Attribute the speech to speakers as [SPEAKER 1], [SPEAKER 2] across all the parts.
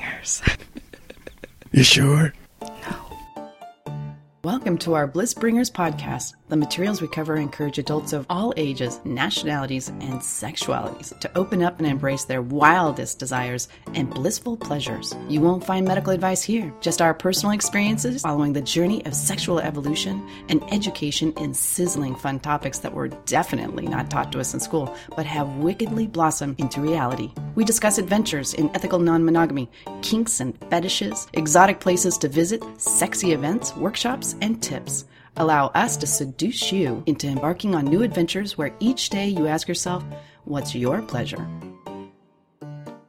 [SPEAKER 1] years.
[SPEAKER 2] You sure?
[SPEAKER 1] Welcome to our Bliss Bringers podcast. The materials we cover encourage adults of all ages, nationalities, and sexualities to open up and embrace their wildest desires and blissful pleasures. You won't find medical advice here, just our personal experiences following the journey of sexual evolution and education in sizzling fun topics that were definitely not taught to us in school, but have wickedly blossomed into reality. We discuss adventures in ethical non monogamy, kinks and fetishes, exotic places to visit, sexy events, workshops, and tips. Allow us to seduce you into embarking on new adventures where each day you ask yourself, What's your pleasure?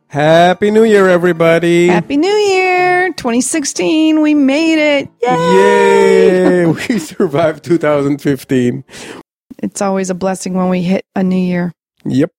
[SPEAKER 2] Happy New Year, everybody!
[SPEAKER 1] Happy New Year 2016. We made it.
[SPEAKER 2] Yay! we survived 2015.
[SPEAKER 1] It's always a blessing when we hit a new year.
[SPEAKER 2] Yep.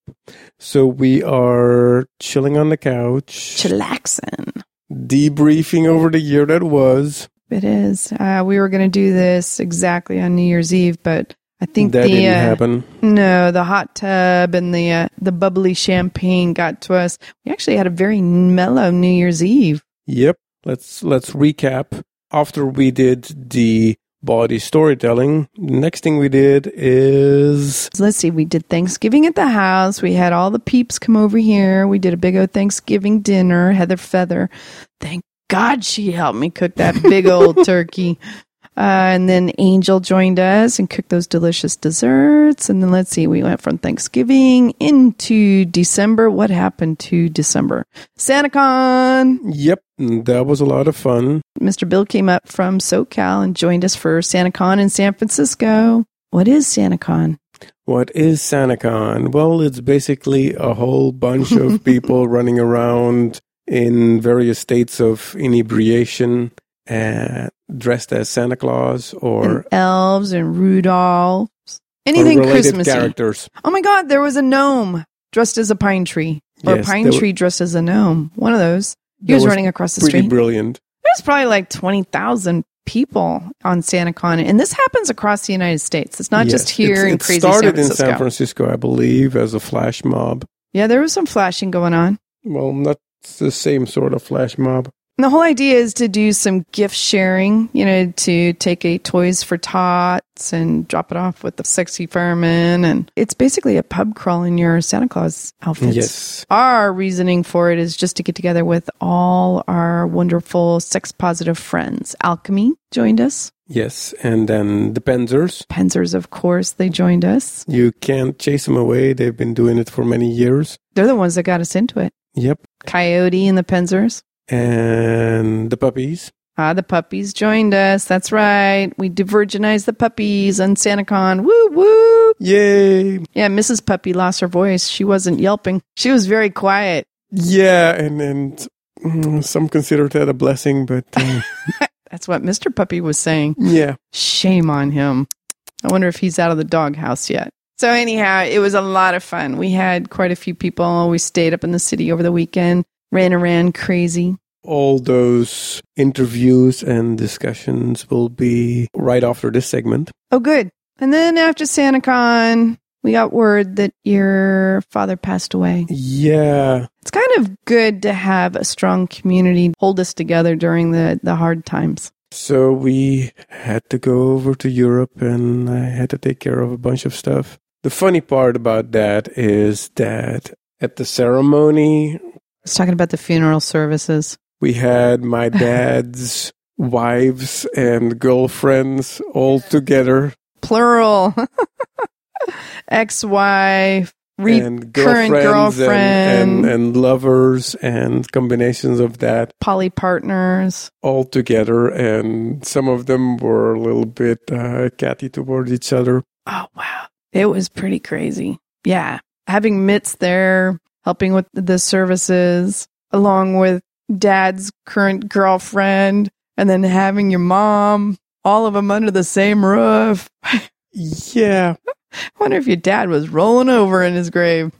[SPEAKER 2] So we are chilling on the couch,
[SPEAKER 1] Chillaxin.
[SPEAKER 2] debriefing over the year that was.
[SPEAKER 1] It is. Uh, we were going to do this exactly on New Year's Eve, but I think
[SPEAKER 2] that
[SPEAKER 1] the
[SPEAKER 2] didn't
[SPEAKER 1] uh,
[SPEAKER 2] happen.
[SPEAKER 1] no, the hot tub and the uh, the bubbly champagne got to us. We actually had a very mellow New Year's Eve.
[SPEAKER 2] Yep. Let's let's recap. After we did the body storytelling, the next thing we did is
[SPEAKER 1] So let's see, we did Thanksgiving at the house. We had all the peeps come over here. We did a big old Thanksgiving dinner. Heather Feather, thank God she helped me cook that big old turkey. Uh, and then Angel joined us and cooked those delicious desserts. And then let's see, we went from Thanksgiving into December. What happened to December? SantaCon.
[SPEAKER 2] yep, that was a lot of fun.
[SPEAKER 1] Mr. Bill came up from SoCal and joined us for SantaCon in San Francisco. What is SantaCon?
[SPEAKER 2] What is SantaCon? Well, it's basically a whole bunch of people running around in various states of inebriation, uh, dressed as Santa Claus
[SPEAKER 1] and
[SPEAKER 2] or,
[SPEAKER 1] elves and Rudolphs.
[SPEAKER 2] or
[SPEAKER 1] Anything
[SPEAKER 2] related
[SPEAKER 1] Christmassy.
[SPEAKER 2] characters.
[SPEAKER 1] Oh my God, there was a gnome dressed as a pine tree, or
[SPEAKER 2] Yes,
[SPEAKER 1] a pine
[SPEAKER 2] there were-
[SPEAKER 1] tree dressed as a gnome. One of those. He
[SPEAKER 2] That
[SPEAKER 1] was,
[SPEAKER 2] was
[SPEAKER 1] running across the
[SPEAKER 2] Pretty
[SPEAKER 1] street.
[SPEAKER 2] brilliant.
[SPEAKER 1] There's probably like 20,000 people on SantaCon, and this happens across the United States. It's not just
[SPEAKER 2] Yes.
[SPEAKER 1] here
[SPEAKER 2] It's-
[SPEAKER 1] in
[SPEAKER 2] it
[SPEAKER 1] crazy San
[SPEAKER 2] started
[SPEAKER 1] Francisco.
[SPEAKER 2] in San Francisco, I believe, as a flash mob.
[SPEAKER 1] yeah, there was some flashing going on.
[SPEAKER 2] Well, not the same sort of flash mob.
[SPEAKER 1] And the whole idea is to do some gift sharing, you know, to take a Toys for Tots and drop it off with the sexy fireman. And it's basically a pub crawl in your Santa Claus outfits.
[SPEAKER 2] yes.
[SPEAKER 1] Our reasoning for it is just to get together with all our wonderful sex positive friends. Alchemy joined us.
[SPEAKER 2] Yes. And then the Penzers.
[SPEAKER 1] Pensers, of course, they joined us.
[SPEAKER 2] You can't chase them away. They've been doing it for many years.
[SPEAKER 1] They're the ones that got us into it.
[SPEAKER 2] Yep.
[SPEAKER 1] Coyote and the Pensers.
[SPEAKER 2] And the puppies.
[SPEAKER 1] Ah, the puppies joined us. That's right. We divergenized the puppies on SantaCon. Woo woo.
[SPEAKER 2] Yay!
[SPEAKER 1] Yeah, Mrs. Puppy lost her voice. She wasn't yelping. She was very quiet.
[SPEAKER 2] Yeah, and and mm, some consider that a blessing, but uh,
[SPEAKER 1] That's what Mr. Puppy was saying.
[SPEAKER 2] yeah,
[SPEAKER 1] Shame on him. I wonder if he's out of the doghouse yet. So, anyhow, it was a lot of fun. We had quite a few people. We stayed up in the city over the weekend, ran around crazy.
[SPEAKER 2] all those interviews and discussions will be right after this segment.
[SPEAKER 1] Oh, good. And then after SantaCon, we got word that your father passed away.
[SPEAKER 2] Yeah,
[SPEAKER 1] It's kind of good to have a strong community hold us together during the, the hard times.
[SPEAKER 2] so we had to go over to Europe, and I had to take care of a bunch of stuff. The funny part about that is that at the ceremony,
[SPEAKER 1] I was talking about the funeral services.
[SPEAKER 2] we had my dad's wives and girlfriends all together.
[SPEAKER 1] plural ex-wife re-
[SPEAKER 2] and
[SPEAKER 1] current
[SPEAKER 2] girlfriends and,
[SPEAKER 1] girlfriend.
[SPEAKER 2] and, and lovers and combinations of that
[SPEAKER 1] poly partners
[SPEAKER 2] all together. And some of them were a little bit uh, catty toward each other.
[SPEAKER 1] oh wow it was pretty crazy yeah having mitts there helping with the services along with dad's current girlfriend and then having your mom all of them under the same roof i
[SPEAKER 2] Yeah,
[SPEAKER 1] wonder if your dad was rolling over in his grave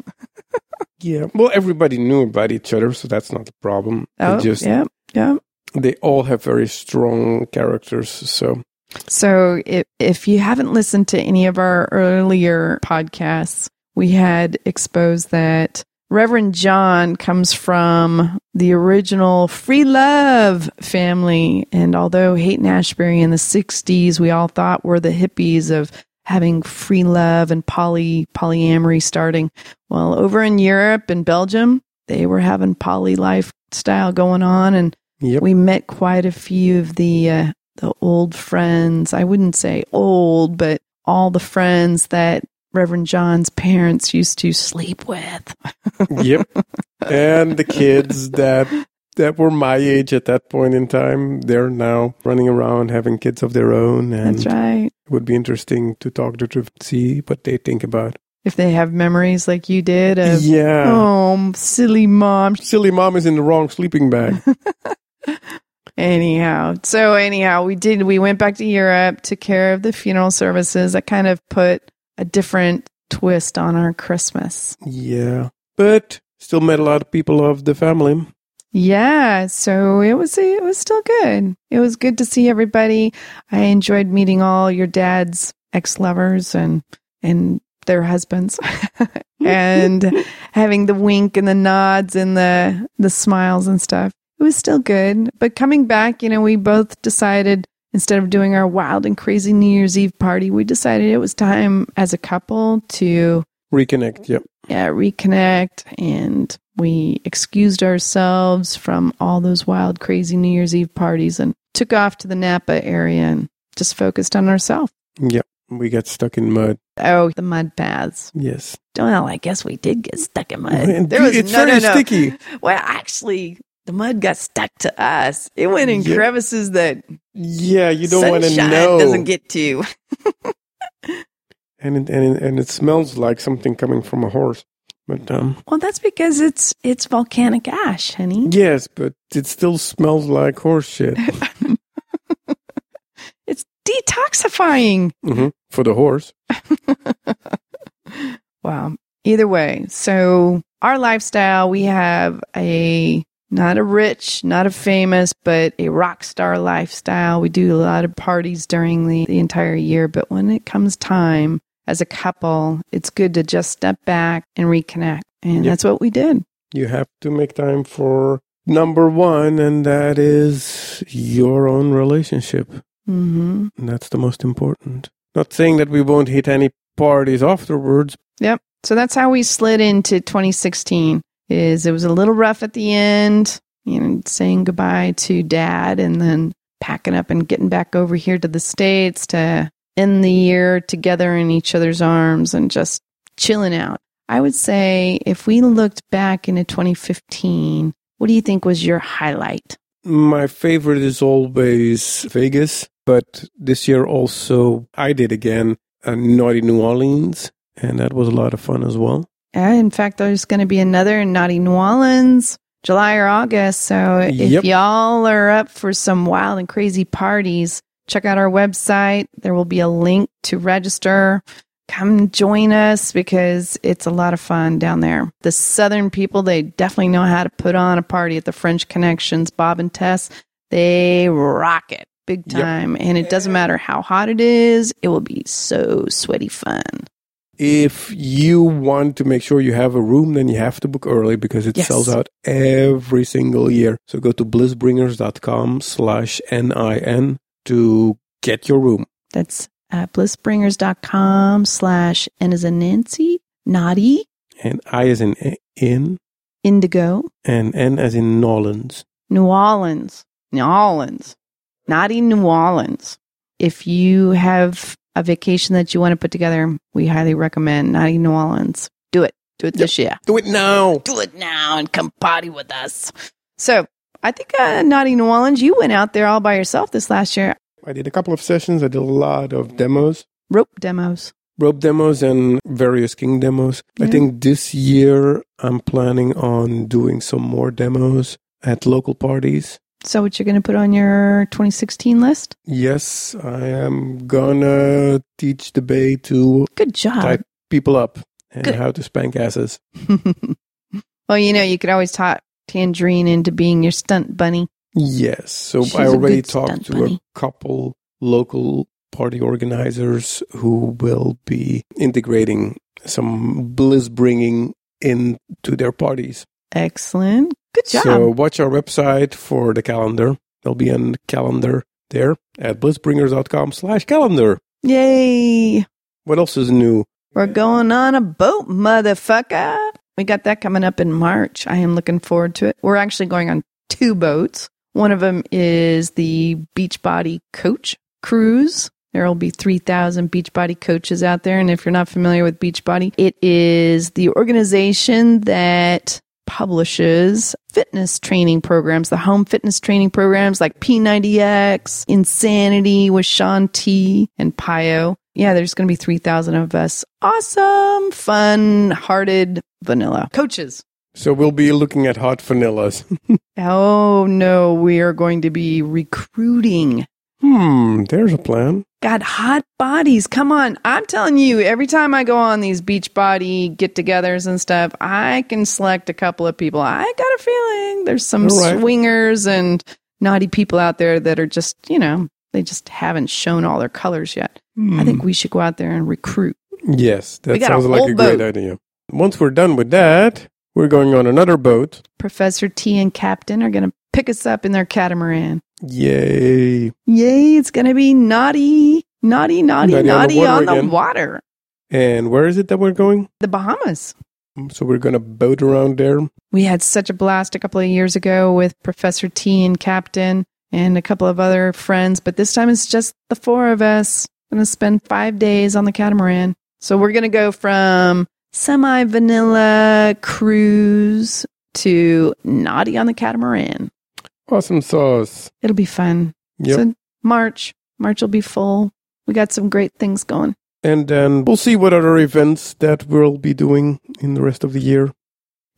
[SPEAKER 2] yeah. Well, everybody knew about each other, so that's not the problem. They
[SPEAKER 1] oh
[SPEAKER 2] just
[SPEAKER 1] yeah yeah
[SPEAKER 2] they all have very strong characters. So
[SPEAKER 1] So if, if you haven't listened to any of our earlier podcasts, we had exposed that Reverend John comes from the original Free Love family. And although Haight Ashbury in the 60s, we all thought were the hippies of having free love and poly polyamory starting. Well, over in Europe and Belgium, they were having poly lifestyle going on, and
[SPEAKER 2] Yep.
[SPEAKER 1] we met quite a few of the uh, the old friends. I wouldn't say old, but all the friends that Reverend John's parents used to sleep with.
[SPEAKER 2] yep. And the kids that that were my age at that point in time, they're now running around having kids of their own and
[SPEAKER 1] That's right.
[SPEAKER 2] it would be interesting to talk to to see what they think about.
[SPEAKER 1] If they have memories like you did of,
[SPEAKER 2] yeah.
[SPEAKER 1] oh, silly mom,
[SPEAKER 2] Silly mom is in the wrong sleeping bag.
[SPEAKER 1] Anyhow, so anyhow, we did. We went back to Europe, took care of the funeral services. That kind of put a different twist on our Christmas.
[SPEAKER 2] yeah. But still met a lot of people of the family.
[SPEAKER 1] Yeah, so it was it was still good. It was good to see everybody. I enjoyed meeting all your dad's ex lovers and and their husbands, and having the wink and the nods and the the smiles and stuff. It was still good. But coming back, you know, we both decided instead of doing our wild and crazy New Year's Eve party, we decided it was time as a couple to
[SPEAKER 2] Reconnect. Yep.
[SPEAKER 1] yeah, reconnect and we excused ourselves from all those wild, crazy New Year's Eve parties and took off to the Napa area and just focused on ourselves.
[SPEAKER 2] Yep. We got stuck in mud.
[SPEAKER 1] Oh, the mud baths.
[SPEAKER 2] Yes.
[SPEAKER 1] Well, I guess we did get stuck in mud.
[SPEAKER 2] And
[SPEAKER 1] Uh, There was
[SPEAKER 2] it's
[SPEAKER 1] no,
[SPEAKER 2] very
[SPEAKER 1] no, no.
[SPEAKER 2] sticky.
[SPEAKER 1] Well, actually, the mud got stuck to us. It went in
[SPEAKER 2] Yeah.
[SPEAKER 1] crevices that
[SPEAKER 2] Yeah, you don't want to
[SPEAKER 1] sunshine
[SPEAKER 2] know.
[SPEAKER 1] doesn't get to.
[SPEAKER 2] and it, and it, and it smells like something coming from a horse. But um,
[SPEAKER 1] Well, that's because it's it's volcanic ash, honey.
[SPEAKER 2] yes, but it still smells like horse shit
[SPEAKER 1] It's detoxifying.
[SPEAKER 2] hmm for the horse.
[SPEAKER 1] Wow. Either way, so our lifestyle, we have a not a rich, not a famous, but a rock star lifestyle. We do a lot of parties during the, the entire year, but when it comes time as a couple, it's good to just step back and reconnect. And
[SPEAKER 2] Yep.
[SPEAKER 1] that's what we did.
[SPEAKER 2] You have to make time for number one, and that is your own relationship.
[SPEAKER 1] hmm
[SPEAKER 2] And that's the most important. Not saying that we won't hit any parties afterwards.
[SPEAKER 1] So that's how we slid into 2016 is it was a little rough at the end, you know, saying goodbye to dad and then packing up and getting back over here to the states to end the year together in each other's arms and just chilling out. I would say if we looked back into 2015, what do you think was your highlight?
[SPEAKER 2] My favorite is always Vegas, but this year also I did again a naughty New Orleans, and that was a lot of fun as well.
[SPEAKER 1] Uh, in fact, there's going to be another in Naughty New Orleans, July or August. So if
[SPEAKER 2] Yep.
[SPEAKER 1] y'all are up for some wild and crazy parties, check out our website. There will be a link to register. Come join us because it's a lot of fun down there. The Southern people, they definitely know how to put on a party at the French Connections, Bob and Tess. They rock it big
[SPEAKER 2] Yep.
[SPEAKER 1] time. And it doesn't matter how hot it is, it will be so sweaty fun.
[SPEAKER 2] If you want to make sure you have a room, then you have to book early because it
[SPEAKER 1] Yes.
[SPEAKER 2] sells out every single year. So go to blissbringers.com slash NIN to get your room.
[SPEAKER 1] That's uh, blissbringers.com slash N as in Nancy, E, naughty,
[SPEAKER 2] And I as in in
[SPEAKER 1] indigo,
[SPEAKER 2] and N as in Nolans.
[SPEAKER 1] New Orleans, New Orleans, naughty New Orleans. If you have a vacation that you want to put together, we highly recommend naughty New Orleans. Do it. Do it this year.
[SPEAKER 2] Do it now.
[SPEAKER 1] Do it now and come party with us. So I think uh, naughty New Orleans, you went out there all by yourself this last year.
[SPEAKER 2] I did a couple of sessions. I did a lot of demos,
[SPEAKER 1] Rope demos.
[SPEAKER 2] rope demos and various king demos. I
[SPEAKER 1] Yeah.
[SPEAKER 2] think this year I'm planning on doing some more demos at local parties.
[SPEAKER 1] So what you're going to put on your 2016 list?
[SPEAKER 2] Yes, I am gonna teach the bay to
[SPEAKER 1] Good job.
[SPEAKER 2] type people up and
[SPEAKER 1] Good.
[SPEAKER 2] how to spank asses.
[SPEAKER 1] well, you know, you could always talk Tangerine into being your stunt bunny.
[SPEAKER 2] Yes, so
[SPEAKER 1] She's
[SPEAKER 2] I
[SPEAKER 1] a
[SPEAKER 2] already
[SPEAKER 1] good stunt
[SPEAKER 2] talked to
[SPEAKER 1] bunny.
[SPEAKER 2] a couple local party organizers who will be integrating some bliss bringing into their parties.
[SPEAKER 1] Excellent. Good job.
[SPEAKER 2] So watch our website for the calendar. There'll be a calendar there at blissbringers.com slash calendar.
[SPEAKER 1] Yay.
[SPEAKER 2] What else is new?
[SPEAKER 1] We're going on a boat, motherfucker. We got that coming up in March. I am looking forward to it. We're actually going on two boats. One of them is the Beachbody Coach Cruise. There will be 3,000 Beachbody coaches out there. And if you're not familiar with Beachbody, it is the organization that publishes fitness training programs, the home fitness training programs like P90X, Insanity with Sean T, and Pio. Yeah, there's going to be 3,000 of us. Awesome, fun hearted vanilla coaches.
[SPEAKER 2] So we'll be looking at hot vanillas.
[SPEAKER 1] Oh no, we are going to be recruiting.
[SPEAKER 2] hmm, there's a plan.
[SPEAKER 1] God, hot bodies. Come on. I'm telling you, every time I go on these beach body get togethers and stuff, I can select a couple of people. I got a feeling there's some
[SPEAKER 2] All right.
[SPEAKER 1] swingers and naughty people out there that are just, you know, they just haven't shown all their colors yet. I
[SPEAKER 2] Hmm.
[SPEAKER 1] think we should go out there and recruit.
[SPEAKER 2] Yes,
[SPEAKER 1] We
[SPEAKER 2] that
[SPEAKER 1] got a
[SPEAKER 2] sounds like
[SPEAKER 1] whole
[SPEAKER 2] a great
[SPEAKER 1] boat.
[SPEAKER 2] idea. Once we're done with that, we're going on another boat.
[SPEAKER 1] Professor T and Captain are going to pick us up in their catamaran.
[SPEAKER 2] Yay.
[SPEAKER 1] Yay, it's going to be naughty, naughty, naughty,
[SPEAKER 2] Naughty on the
[SPEAKER 1] naughty
[SPEAKER 2] water
[SPEAKER 1] on the
[SPEAKER 2] again.
[SPEAKER 1] water.
[SPEAKER 2] And where is it that we're going? Hmm,
[SPEAKER 1] the Bahamas.
[SPEAKER 2] So we're going to boat around there.
[SPEAKER 1] We had such a blast a couple of years ago with Professor T and Captain and a couple of other friends, but this time it's just the four of us. Going to spend five days on the catamaran. So we're going to go from semi vanilla cruise to naughty on the catamaran.
[SPEAKER 2] Awesome sauce.
[SPEAKER 1] It'll be fun.
[SPEAKER 2] Yep.
[SPEAKER 1] So March, March will be full. We got some great things going.
[SPEAKER 2] and then we'll see what other events that we'll be doing in the rest of the year.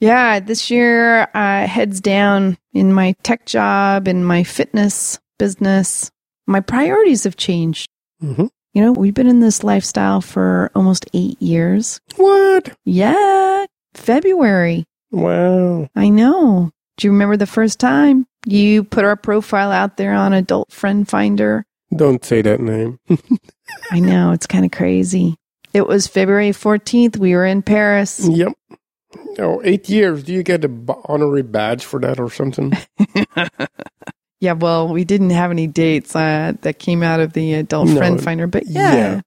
[SPEAKER 1] Yeah, this year, uh, heads down in my tech job and my fitness business. My priorities have changed.
[SPEAKER 2] Mm-hmm.
[SPEAKER 1] You know, we've been in this lifestyle for almost eight years.
[SPEAKER 2] What?
[SPEAKER 1] Yeah, February.
[SPEAKER 2] Wow.
[SPEAKER 1] I know. Do you remember the first time you put our profile out there on Adult Friend Finder?
[SPEAKER 2] Don't say that name.
[SPEAKER 1] I know, it's kind of crazy. It was February 14th. We were in Paris.
[SPEAKER 2] yep. Oh, eight years. Do you get a b- honorary badge for that or something?
[SPEAKER 1] Yeah, well, we didn't have any dates uh, that came out of the adult
[SPEAKER 2] No.
[SPEAKER 1] friend finder, but yeah,
[SPEAKER 2] Yeah.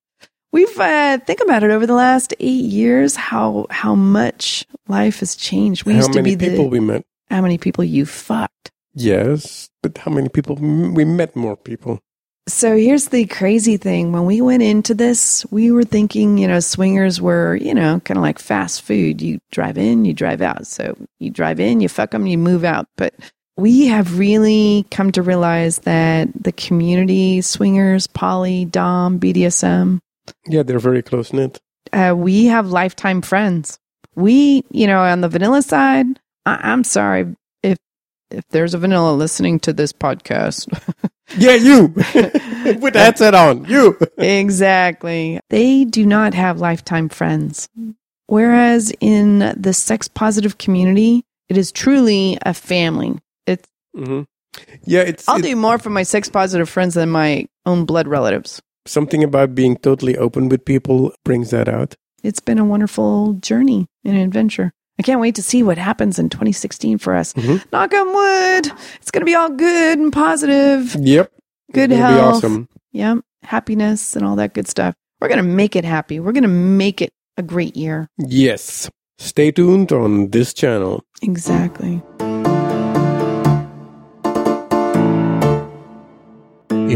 [SPEAKER 1] we've uh, think about it over the last eight years how how much life has changed. We
[SPEAKER 2] how
[SPEAKER 1] used to
[SPEAKER 2] many
[SPEAKER 1] be
[SPEAKER 2] people
[SPEAKER 1] the
[SPEAKER 2] we met?
[SPEAKER 1] how many people you fucked.
[SPEAKER 2] Yes, but how many people? m- We met more people.
[SPEAKER 1] So here's the crazy thing: when we went into this, we were thinking, you know, swingers were you know kind of like fast food. You drive in, you drive out. So you drive in, you fuck them, you move out, but. we have really come to realize that the community swingers poly dom bdsm
[SPEAKER 2] Yeah, they're very close knit.
[SPEAKER 1] uh, we have lifetime friends we you know on the vanilla side I- i'm sorry if if there's a vanilla listening to this podcast
[SPEAKER 2] Yeah, you with the headset on. You.
[SPEAKER 1] exactly they do not have lifetime friends whereas in the sex positive community it is truly a family it's
[SPEAKER 2] hmm Yeah, it's,
[SPEAKER 1] i'll
[SPEAKER 2] it's
[SPEAKER 1] do more for my sex positive friends than my own blood relatives
[SPEAKER 2] something about being totally open with people brings that out.
[SPEAKER 1] it's been a wonderful journey and adventure. I can't wait to see what happens in 2016 for us.
[SPEAKER 2] Mhm.
[SPEAKER 1] Knock on wood. It's going to be all good and positive.
[SPEAKER 2] Yep.
[SPEAKER 1] Good
[SPEAKER 2] It'll Be
[SPEAKER 1] health.
[SPEAKER 2] awesome.
[SPEAKER 1] Yep. Happiness and all that good stuff. We're going to make it happy. We're going to make it a great year.
[SPEAKER 2] Yes. Stay tuned on this channel.
[SPEAKER 1] Exactly.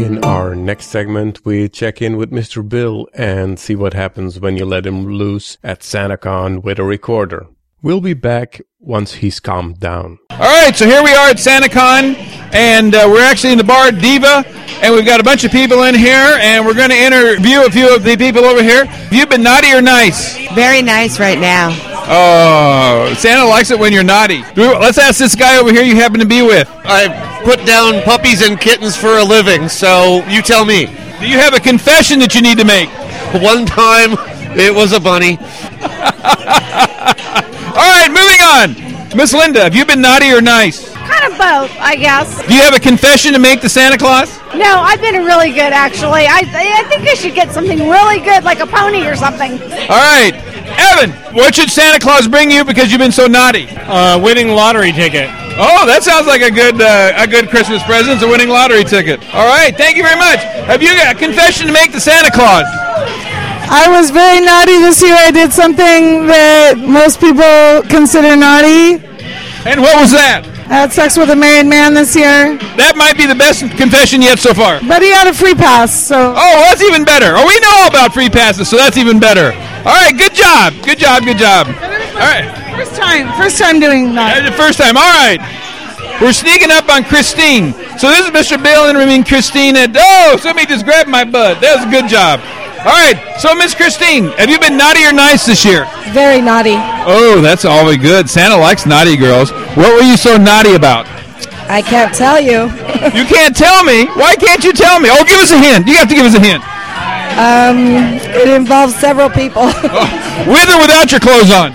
[SPEAKER 2] In our next segment, we check in with Mr. Bill and see what happens when you let him loose at SantaCon with a recorder. We'll be back once he's calmed down.
[SPEAKER 3] All right, so here we are at SantaCon, and uh, we're actually in the bar Diva, and we've got a bunch of people in here, and we're going to interview a few of the people over here. Have you been naughty or nice?
[SPEAKER 4] Very nice right now.
[SPEAKER 3] Oh, Santa likes it when you're naughty. Do we- Let's ask this guy over here you happen to be with.
[SPEAKER 5] I put down puppies and kittens for a living, so you tell me.
[SPEAKER 3] Do you have a confession that you need to make?
[SPEAKER 5] One time it was a bunny.
[SPEAKER 3] All right, moving on. Miss Linda, have you been naughty or nice?
[SPEAKER 6] Kind of both, I guess.
[SPEAKER 3] Do you have a confession to make to Santa Claus?
[SPEAKER 6] No, I've been really good actually. I I think I should get something really good, like a pony or something.
[SPEAKER 3] All right. Evan, what should Santa Claus bring you because you've been so naughty?
[SPEAKER 7] Uh, winning lottery ticket.
[SPEAKER 3] Oh, that sounds like a good uh, a good Christmas present. It's a winning lottery ticket. All right, thank you very much. Have you got a confession to make to Santa Claus?
[SPEAKER 8] I was very naughty this year. I did something that most people consider naughty.
[SPEAKER 3] And what was that?
[SPEAKER 8] I had sex with a married man this year,
[SPEAKER 3] That might be the best confession yet so far.
[SPEAKER 8] but he had a free pass, so
[SPEAKER 3] Oh, well, that's even better. Oh, we know all about free passes, so that's even better. All right, good job, good job, good job. All right,
[SPEAKER 8] first time, first time doing that.
[SPEAKER 3] that's the first time. All right, we're sneaking up on Christine. So this is Mr. Bill and I mean Christine. And oh, somebody just grabbed my butt. That was a good job. All right, so Miss Christine, have you been naughty or nice this year?
[SPEAKER 9] Very naughty.
[SPEAKER 3] Oh, that's always good. Santa likes naughty girls. What were you so naughty about?
[SPEAKER 9] I can't tell you.
[SPEAKER 3] You can't tell me. Why can't you tell me? Oh, give us a hint. You have to give us a hint.
[SPEAKER 9] Um, it involves several people.
[SPEAKER 3] With or without your clothes on.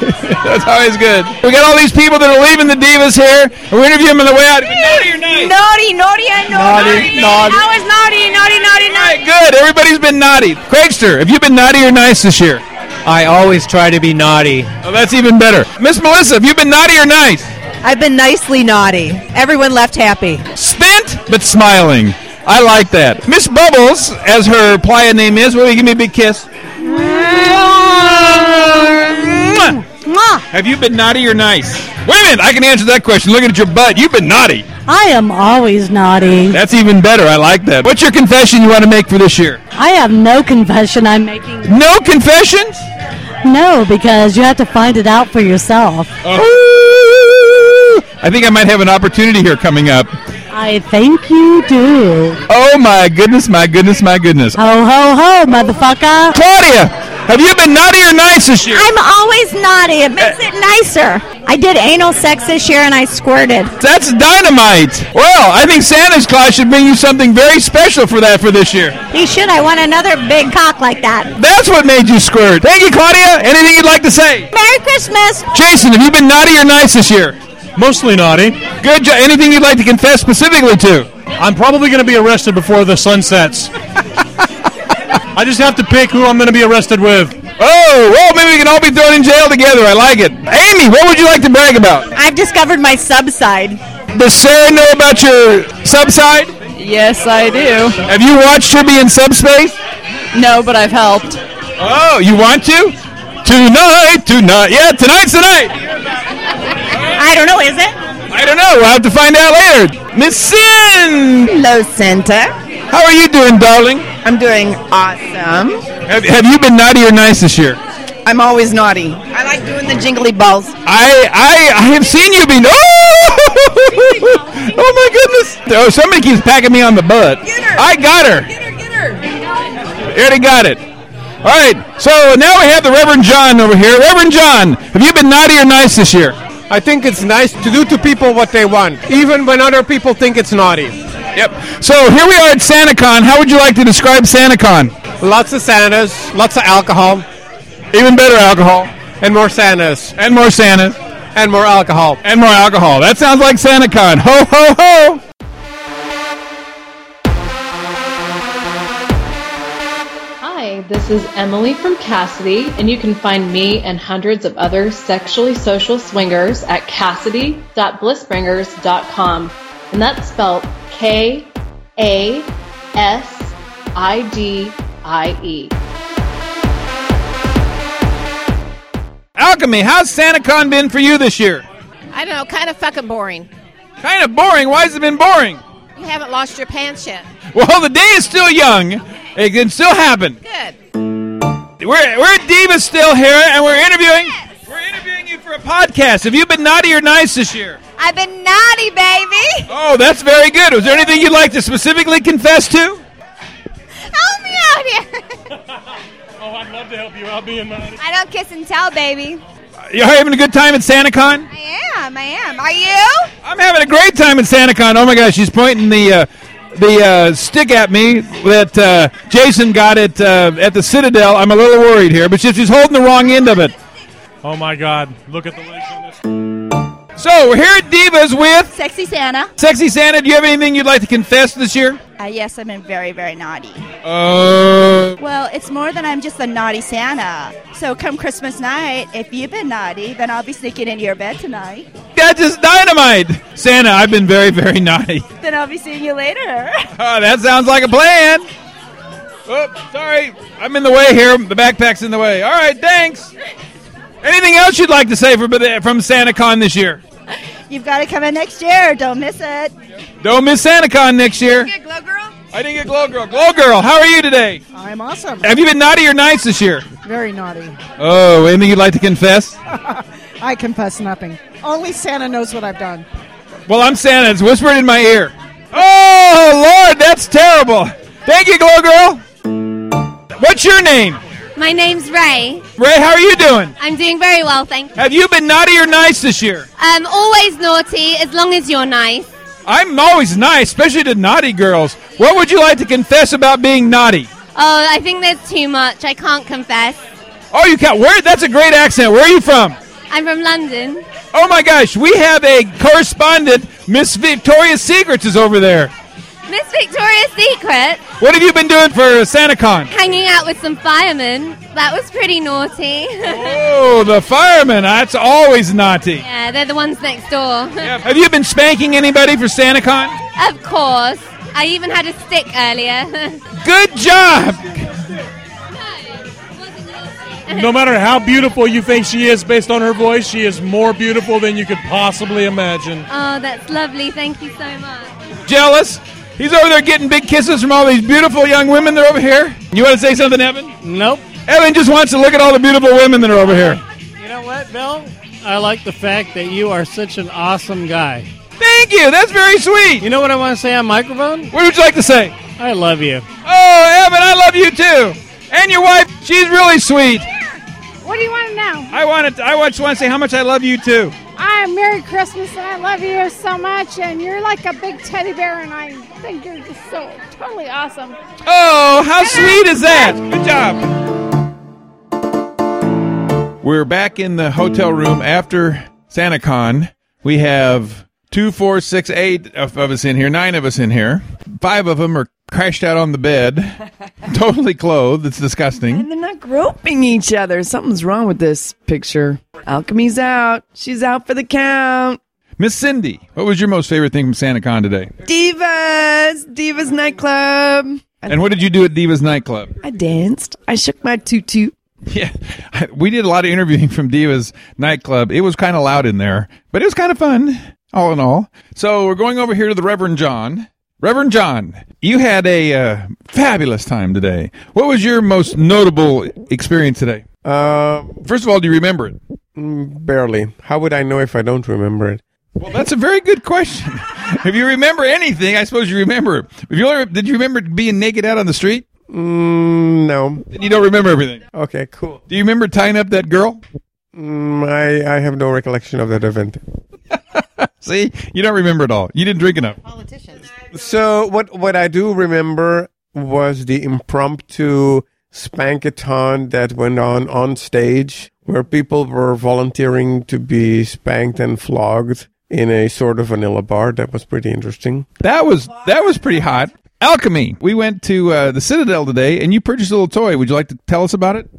[SPEAKER 3] That's always good. We got all these people that are leaving the divas here, and we interview them on the way out. Naughty or nice?
[SPEAKER 9] naughty, naughty, I know.
[SPEAKER 7] Naughty, naughty.
[SPEAKER 9] I was naughty, naughty, naughty,
[SPEAKER 3] All right,
[SPEAKER 9] naughty.
[SPEAKER 3] good. Everybody's been naughty. Craigster, have you been naughty or nice this year?
[SPEAKER 7] I always try to be naughty.
[SPEAKER 3] Oh, that's even better. Miss Melissa, have you been naughty or nice?
[SPEAKER 10] I've been nicely naughty. Everyone left happy.
[SPEAKER 3] Spent but smiling. I like that. Miss Bubbles, as her playa name is, will you give me a big kiss? Mwah.
[SPEAKER 8] Mwah.
[SPEAKER 3] Have you been naughty or nice? Wait a minute, I can answer that question. Looking at your butt, you've been naughty.
[SPEAKER 11] I am always naughty.
[SPEAKER 3] That's even better. I like that. What's your confession you want to make for this year?
[SPEAKER 11] I have no confession I'm making.
[SPEAKER 3] No confessions?
[SPEAKER 11] No, because you have to find it out for yourself.
[SPEAKER 3] Oh. I think I might have an opportunity here coming up.
[SPEAKER 11] I think you do.
[SPEAKER 3] Oh my goodness, my goodness, my goodness.
[SPEAKER 11] Ho, ho, ho, motherfucker.
[SPEAKER 3] Claudia, have you been naughty or nice this year?
[SPEAKER 9] I'm always naughty. It makes it nicer. I did anal sex this year and I squirted.
[SPEAKER 3] That's dynamite. Well, I think Santa's Claus should bring you something very special for that for this year.
[SPEAKER 9] He should. I want another big cock like that.
[SPEAKER 3] That's what made you squirt. Thank you, Claudia. Anything you'd like to say?
[SPEAKER 9] Merry Christmas.
[SPEAKER 3] Jason, have you been naughty or nice this year?
[SPEAKER 7] Mostly naughty.
[SPEAKER 3] Good job. Anything you'd like to confess specifically to?
[SPEAKER 7] I'm probably going to be arrested before the sun sets. I just have to pick who I'm going to be arrested with.
[SPEAKER 3] Oh, well, maybe we can all be thrown in jail together. I like it. Amy, what would you like to brag about?
[SPEAKER 10] I've discovered my subside.
[SPEAKER 3] Does Sarah know about your subside?
[SPEAKER 12] Yes, I do.
[SPEAKER 3] Have you watched her be in subspace?
[SPEAKER 12] No, but I've helped.
[SPEAKER 3] Oh, you want to? Tonight, tonight. Yeah, tonight's the night.
[SPEAKER 10] I don't know, is it?
[SPEAKER 3] I don't know. We'll have to find out later. Miss Sin,
[SPEAKER 10] Hello, Santa.
[SPEAKER 3] how are you doing, darling?
[SPEAKER 10] I'm doing awesome.
[SPEAKER 3] Have, have you been naughty or nice this year?
[SPEAKER 10] I'm always naughty. I like doing the jingly balls.
[SPEAKER 3] I I, I have seen you be. Oh! oh my goodness! Oh, somebody keeps packing me on the butt. I got her. Get her! Get her! Already got it. All right. So now we have the Reverend John over here. Reverend John, have you been naughty or nice this year?
[SPEAKER 13] I think it's nice to do to people what they want, even when other people think it's naughty.
[SPEAKER 3] Yep. So here we are at SantaCon. How would you like to describe SantaCon?
[SPEAKER 13] Lots of Santas, lots of alcohol,
[SPEAKER 3] Even better, alcohol
[SPEAKER 13] and more Santas,
[SPEAKER 3] and more Santa
[SPEAKER 13] and more alcohol.
[SPEAKER 3] and more alcohol. That sounds like SantaCon. Ho ho ho!
[SPEAKER 14] Hi, this is Emily from Cassidy, and you can find me and hundreds of other sexually social swingers at cassidy.blissbringers.com. And that's spelled K A S I D I E.
[SPEAKER 3] Alchemy, how's SantaCon been for you this year?
[SPEAKER 12] I don't know, kind of fucking boring.
[SPEAKER 3] Kind of boring. Why has it been boring?
[SPEAKER 12] You haven't lost your pants yet.
[SPEAKER 3] Well, the day is still young. It can still happen.
[SPEAKER 12] Good.
[SPEAKER 3] We're we're at Diva still here, and we're interviewing. We're interviewing you for a podcast. Have you been naughty or nice this year?
[SPEAKER 9] I've been naughty, baby.
[SPEAKER 3] Oh, that's very good. Was there anything you'd like to specifically confess to?
[SPEAKER 9] Help me out here.
[SPEAKER 7] Oh, I'd love to help you out being naughty.
[SPEAKER 9] I don't kiss and tell, baby.
[SPEAKER 3] You're having a good time at SantaCon.
[SPEAKER 9] I am. I am. Are you?
[SPEAKER 3] I'm having a great time at SantaCon. Oh my gosh, she's pointing the uh, the uh, stick at me that uh, Jason got at uh, at the Citadel. I'm a little worried here, but she's, she's holding the wrong end of it.
[SPEAKER 7] Oh my God! Look at the legs on this.
[SPEAKER 3] So we're here at Divas with
[SPEAKER 15] Sexy Santa.
[SPEAKER 3] Sexy Santa, do you have anything you'd like to confess this year?
[SPEAKER 15] Uh, yes, I've been very, very naughty.
[SPEAKER 3] Uh,
[SPEAKER 15] Well, it's more than I'm just a naughty Santa. So come Christmas night, if you've been naughty, then I'll be sneaking into your bed tonight.
[SPEAKER 3] that's just dynamite. Santa, I've been very, very naughty.
[SPEAKER 15] Then I'll be seeing you later.
[SPEAKER 3] Oh, that sounds like a plan. Oh, sorry, I'm in the way here. The backpack's in the way. All right, thanks. Anything else you'd like to say for, from SantaCon this year?
[SPEAKER 15] You've got to come in next year. Don't miss it.
[SPEAKER 3] Don't miss SantaCon next year. I didn't get Glow Girl. Glow Girl, how are you today?
[SPEAKER 16] I'm awesome.
[SPEAKER 3] Have you been naughty or nice this year?
[SPEAKER 16] Very naughty.
[SPEAKER 3] Oh, anything you'd like to confess?
[SPEAKER 16] I confess nothing. Only Santa knows what I've done.
[SPEAKER 3] Well, I'm Santa. It's whispered in my ear. Oh, Lord, that's terrible. Thank you, Glow Girl. What's your name?
[SPEAKER 14] My name's Ray.
[SPEAKER 3] Ray, how are you doing?
[SPEAKER 14] I'm doing very well, thank you.
[SPEAKER 3] Have you been naughty or nice this year?
[SPEAKER 14] Um, always naughty as long as you're nice.
[SPEAKER 3] I'm always nice, especially to naughty girls. What would you like to confess about being naughty?
[SPEAKER 14] Oh, I think there's too much. I can't confess.
[SPEAKER 3] Oh, you can't. Where? That's a great accent. Where are you from?
[SPEAKER 14] I'm from London.
[SPEAKER 3] Oh my gosh, we have a correspondent. Miss Victoria Secrets is over there.
[SPEAKER 14] Miss Victoria's Secret,
[SPEAKER 3] What have you been doing for SantaCon?
[SPEAKER 14] hanging out with some firemen. That was pretty naughty.
[SPEAKER 3] Oh, the firemen. That's always naughty.
[SPEAKER 14] yeah, they're the ones next door.
[SPEAKER 3] Have you been spanking anybody for SantaCon?
[SPEAKER 14] of course. I even had a stick earlier.
[SPEAKER 3] Good job.
[SPEAKER 17] No matter how beautiful you think she is based on her voice, she is more beautiful than you could possibly imagine.
[SPEAKER 14] oh, that's lovely. Thank you so much.
[SPEAKER 3] Jealous? He's over there getting big kisses from all these beautiful young women that are over here. You want to say something, Evan? Nope. Evan just wants to look at all the beautiful women that are over here.
[SPEAKER 18] You know what, Bill? I like the fact that you are such an awesome guy.
[SPEAKER 3] Thank you. That's very sweet.
[SPEAKER 18] You know what I want to say on microphone?
[SPEAKER 3] What would you like to say?
[SPEAKER 18] I love you.
[SPEAKER 3] Oh, Evan, I love you too. And your wife, she's really sweet.
[SPEAKER 19] What do you want to know?
[SPEAKER 3] I wanted I just want to say how much I love you too.
[SPEAKER 19] I Merry Christmas and I love you so much and you're like a big teddy bear and I think you're just so totally awesome.
[SPEAKER 3] Oh, how sweet is that? Good job. We're back in the hotel room after SantaCon. We have two, four, six, eight of, of us in here, nine of us in here. Five of them are crashed out on the bed, totally clothed. It's disgusting.
[SPEAKER 20] They're not groping each other. Something's wrong with this picture. Alchemy's out. She's out for the count.
[SPEAKER 3] Miss Cindy, what was your most favorite thing from SantaCon today?
[SPEAKER 20] Divas, Divas nightclub.
[SPEAKER 3] And what did you do at Divas Nightclub?
[SPEAKER 20] I danced. I shook my tutu.
[SPEAKER 3] Yeah, we did a lot of interviewing from Divas nightclub. It was kind of loud in there, but it was kind of fun, all in all. So we're going over here to the Reverend John. Reverend John, you had a uh, fabulous time today. What was your most notable experience today?
[SPEAKER 2] Uh,
[SPEAKER 3] First of all, do you remember it?
[SPEAKER 2] barely. How would I know if I don't remember it?
[SPEAKER 3] Well, that's a very good question. if you remember anything, I suppose you remember. it. If you only, did you remember being naked out on the street?
[SPEAKER 2] Mm, no.
[SPEAKER 3] You don't remember everything.
[SPEAKER 2] Okay, cool.
[SPEAKER 3] Do you remember tying up that girl?
[SPEAKER 2] Mm, I I have no recollection of that event.
[SPEAKER 3] See, you don't remember it all. You didn't drink enough.
[SPEAKER 2] So what what I do remember was the impromptu spankathon that went on on stage where people were volunteering to be spanked and flogged in a sort of vanilla bar that was pretty interesting.
[SPEAKER 3] That was that was pretty hot. Alchemy. We went to uh, the Citadel today, and you purchased a little toy. Would you like to tell us about it?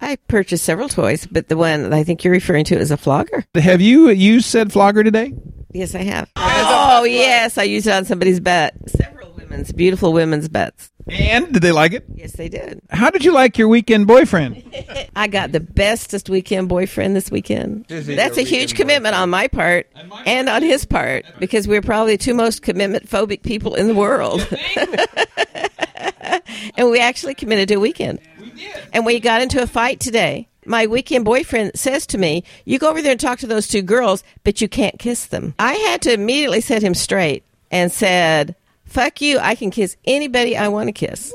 [SPEAKER 9] I purchased several toys, but the one that I think you're referring to is a flogger.
[SPEAKER 3] Have you uh, used said flogger today?
[SPEAKER 9] Yes, I have. Oh, yes, I used it on somebody's bet. Several women's, beautiful women's bets.
[SPEAKER 3] And did they like it?
[SPEAKER 9] Yes, they did.
[SPEAKER 3] How did you like your weekend boyfriend?
[SPEAKER 9] I got the bestest weekend boyfriend this weekend.
[SPEAKER 3] he
[SPEAKER 9] That's a
[SPEAKER 3] your
[SPEAKER 9] huge commitment on my part and on his part because we're probably the two most commitment phobic people in the world. and we actually committed to a weekend. And we got into a fight today. My weekend boyfriend says to me, You go over there and talk to those two girls, but you can't kiss them. I had to immediately set him straight and said, Fuck you, I can kiss anybody I want to kiss.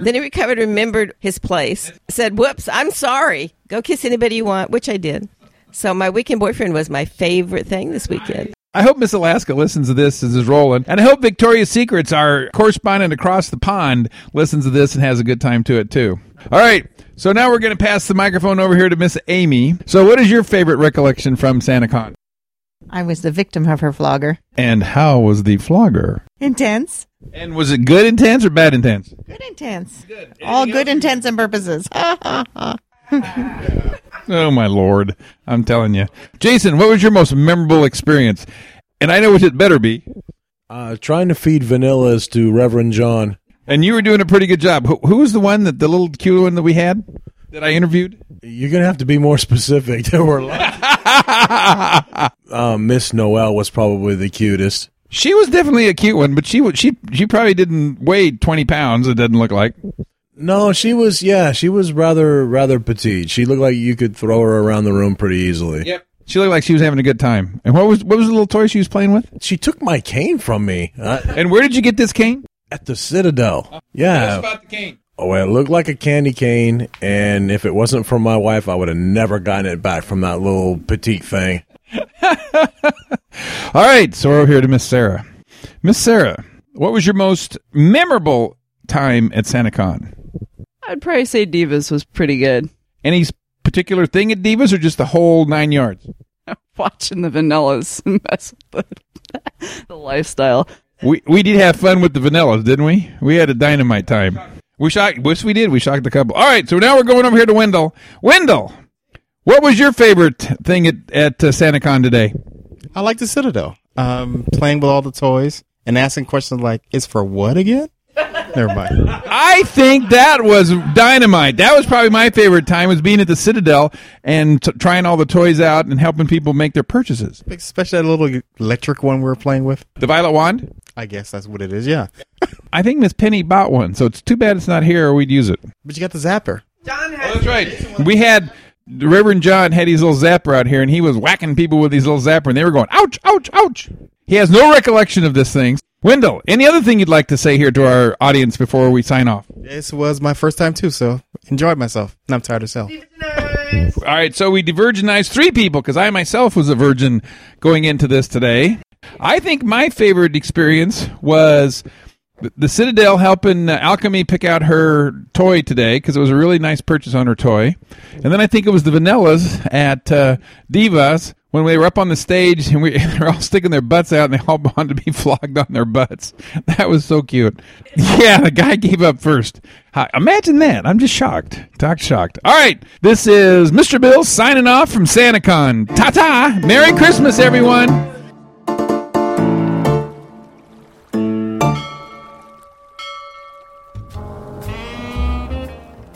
[SPEAKER 9] Then he recovered, remembered his place, said, Whoops, I'm sorry. Go kiss anybody you want, which I did. So my weekend boyfriend was my favorite thing this weekend.
[SPEAKER 3] I hope Miss Alaska listens to this as is rolling, and I hope Victoria's Secrets, our correspondent across the pond, listens to this and has a good time to it too. All right, so now we're going to pass the microphone over here to Miss Amy. So, what is your favorite recollection from SantaCon?
[SPEAKER 21] I was the victim of her flogger.
[SPEAKER 3] And how was the flogger?
[SPEAKER 21] Intense.
[SPEAKER 3] And was it good intense or bad intense?
[SPEAKER 21] Good intense. Good. All good intents and purposes.
[SPEAKER 3] Oh my lord! I'm telling you, Jason. What was your most memorable experience? And I know which it better be.
[SPEAKER 22] Uh, trying to feed vanillas to Reverend John.
[SPEAKER 3] And you were doing a pretty good job. Who, who was the one that the little cute one that we had that I interviewed?
[SPEAKER 22] You're gonna have to be more specific. There were a lot. uh, Miss Noel was probably the cutest.
[SPEAKER 3] She was definitely a cute one, but she wa- she she probably didn't weigh 20 pounds. It doesn't look like.
[SPEAKER 22] No, she was yeah, she was rather rather petite. She looked like you could throw her around the room pretty easily.
[SPEAKER 3] Yep. She looked like she was having a good time. And what was what was the little toy she was playing with?
[SPEAKER 22] She took my cane from me. uh,
[SPEAKER 3] and where did you get this cane?
[SPEAKER 22] At the Citadel. Yeah.
[SPEAKER 3] about the cane.
[SPEAKER 22] Oh, well, it looked like a candy cane, and if it wasn't for my wife, I would have never gotten it back from that little petite thing.
[SPEAKER 3] All right, so we're over here to Miss Sarah. Miss Sarah, what was your most memorable time at SantaCon?
[SPEAKER 23] I'd probably say Divas was pretty good.
[SPEAKER 3] Any s- particular thing at Divas or just the whole nine yards?
[SPEAKER 23] Watching the vanillas and mess with the, the lifestyle.
[SPEAKER 3] We we did have fun with the vanillas, didn't we? We had a dynamite time. We shocked. Yes, we did. We shocked the couple. All right, so now we're going over here to Wendell. Wendell, what was your favorite thing at at uh, SantaCon today?
[SPEAKER 24] I like the Citadel. Um, playing with all the toys and asking questions like, "It's for what again?" Never mind.
[SPEAKER 3] I think that was dynamite. That was probably my favorite time was being at the Citadel and t- trying all the toys out and helping people make their purchases.
[SPEAKER 24] Especially that little electric one we were playing with.
[SPEAKER 3] The violet wand?
[SPEAKER 24] I guess that's what it is. Yeah.
[SPEAKER 3] I think Miss Penny bought one, so it's too bad it's not here or we'd use it.
[SPEAKER 24] But you got the zapper.
[SPEAKER 3] that's right. We had Reverend John had his little zapper out here, and he was whacking people with his little zapper, and they were going, "Ouch, ouch, ouch!" He has no recollection of this thing. Wendell, any other thing you'd like to say here to our audience before we sign off?
[SPEAKER 24] This was my first time too, so enjoyed myself. And I'm tired of self.
[SPEAKER 3] All right, so we divergenized three people because I myself was a virgin going into this today. I think my favorite experience was th- the Citadel helping uh, Alchemy pick out her toy today because it was a really nice purchase on her toy. And then I think it was the Vanillas at uh, Divas when they were up on the stage and we they were all sticking their butts out and they all wanted to be flogged on their butts. That was so cute. Yeah, the guy gave up first. Hi, imagine that. I'm just shocked. Doc shocked. All right. This is Mr. Bill signing off from SantaCon. Ta ta. Merry Christmas, everyone.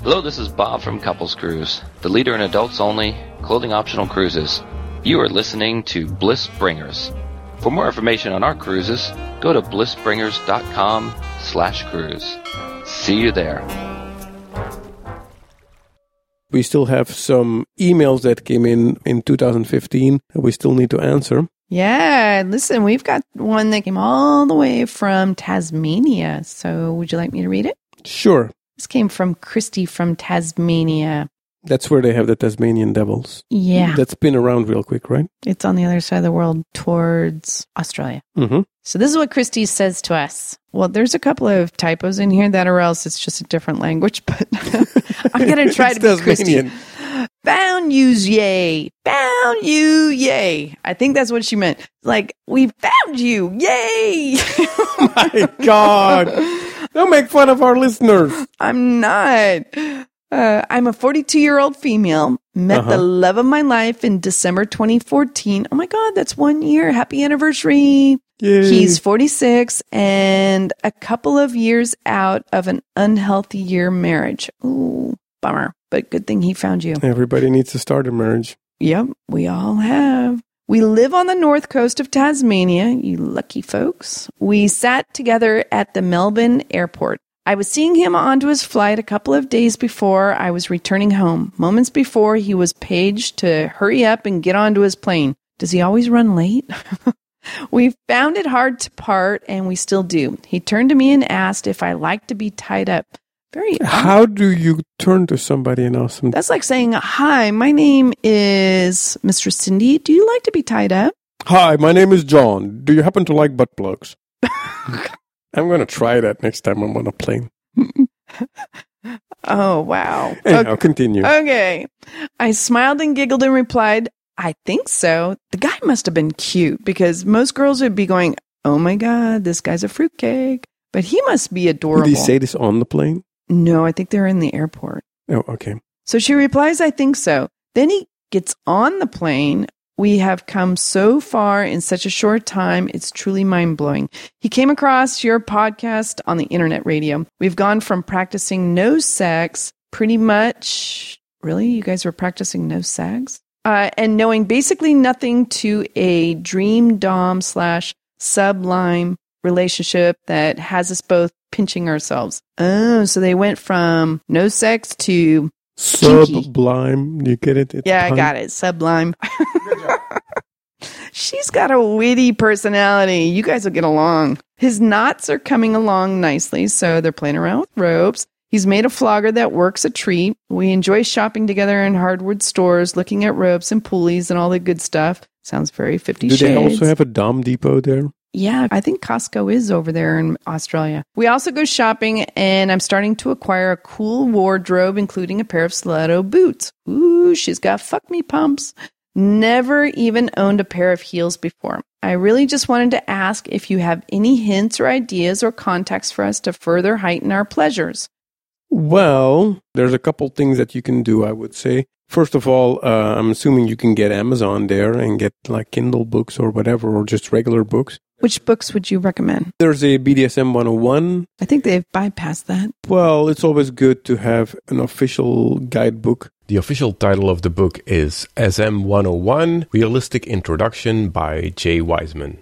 [SPEAKER 25] Hello, this is Bob from Couples Cruise, the leader in adults only, clothing optional cruises. You are listening to Bliss Bringers. For more information on our cruises, go to blissbringers.com slash cruise. See you there.
[SPEAKER 2] We still have some emails that came in in 2015 that we still need to answer.
[SPEAKER 1] Yeah, listen, we've got one that came all the way from Tasmania. So would you like me to read it?
[SPEAKER 2] Sure.
[SPEAKER 1] This came from Christy from Tasmania.
[SPEAKER 2] That's where they have the Tasmanian devils.
[SPEAKER 1] Yeah.
[SPEAKER 2] That's been around real quick, right?
[SPEAKER 1] It's on the other side of the world towards Australia.
[SPEAKER 2] Mm-hmm.
[SPEAKER 1] So this is what Christie says to us. Well, there's a couple of typos in here that or else it's just a different language, but I'm going to try to be
[SPEAKER 2] It's
[SPEAKER 1] Christie.
[SPEAKER 2] Tasmanian.
[SPEAKER 1] Found you, yay. Found you, yay. I think that's what she meant. Like, we found you, yay. Oh
[SPEAKER 2] My God. Don't make fun of our listeners.
[SPEAKER 1] I'm not. Uh, I'm a 42 year old female. Met
[SPEAKER 2] Uh-huh.
[SPEAKER 1] the love of my life in December 2014. Oh my God, that's one year. Happy anniversary.
[SPEAKER 2] Yay.
[SPEAKER 1] He's 46 and a couple of years out of an unhealthy year marriage. Ooh, bummer. But good thing he found you.
[SPEAKER 2] Everybody needs to start a marriage.
[SPEAKER 1] Yep, we all have. We live on the north coast of Tasmania, you lucky folks. We sat together at the Melbourne airport. I was seeing him onto his flight a couple of days before I was returning home. Moments before, he was paged to hurry up and get onto his plane. Does he always run late? We found it hard to part, and we still do. He turned to me and asked if I liked to be tied up. Very
[SPEAKER 2] How do you turn to somebody and ask them?
[SPEAKER 1] that's like saying, Hi, my name is Mr. Cindy. Do you like to be tied up?
[SPEAKER 2] Hi, my name is John. Do you happen to like butt plugs? I'm going to try that next time I'm on a plane.
[SPEAKER 1] Oh, wow. Oh,
[SPEAKER 2] Anyhow, continue.
[SPEAKER 1] Okay. I smiled and giggled and replied, I think so. The guy must have been cute because most girls would be going, "Oh my god, this guy's a fruitcake," but he must be adorable.
[SPEAKER 2] Did he say this on the plane?
[SPEAKER 1] No, I think they're in the airport.
[SPEAKER 2] Oh, okay.
[SPEAKER 1] So she replies, I think so. Then he gets on the plane. We have come so far in such a short time. It's truly mind blowing. He came across your podcast on the internet radio. We've gone from practicing no sex pretty much. Really? You guys were practicing no sex? Uh, and knowing basically nothing to a dream dom slash sublime relationship that has us both pinching ourselves. Oh, so they went from no sex to kinky.
[SPEAKER 2] Sublime. You get it? It's
[SPEAKER 1] Yeah, I
[SPEAKER 2] pun.
[SPEAKER 1] got it. Sublime. She's got a witty personality. You guys will get along. His knots are coming along nicely, so they're playing around with ropes. He's made a flogger that works a treat. We enjoy shopping together in hardwood stores, looking at ropes and pulleys and all the good stuff. Sounds very 50
[SPEAKER 2] Do
[SPEAKER 1] shades.
[SPEAKER 2] they also have a Dom Depot there?
[SPEAKER 1] Yeah, I think Costco is over there in Australia. We also go shopping, and I'm starting to acquire a cool wardrobe, including a pair of stiletto boots. Ooh, she's got fuck me pumps. Never even owned a pair of heels before. I really just wanted to ask if you have any hints or ideas or contacts for us to further heighten our pleasures.
[SPEAKER 2] Well, there's a couple things that you can do, I would say. First of all, uh, I'm assuming you can get Amazon there and get like Kindle books or whatever, or just regular books.
[SPEAKER 1] Which books would you recommend?
[SPEAKER 2] There's a BDSM 101.
[SPEAKER 1] I think they've bypassed that.
[SPEAKER 2] Well, it's always good to have an official guidebook.
[SPEAKER 10] The official title of the book is SM 101 Realistic Introduction by Jay Wiseman.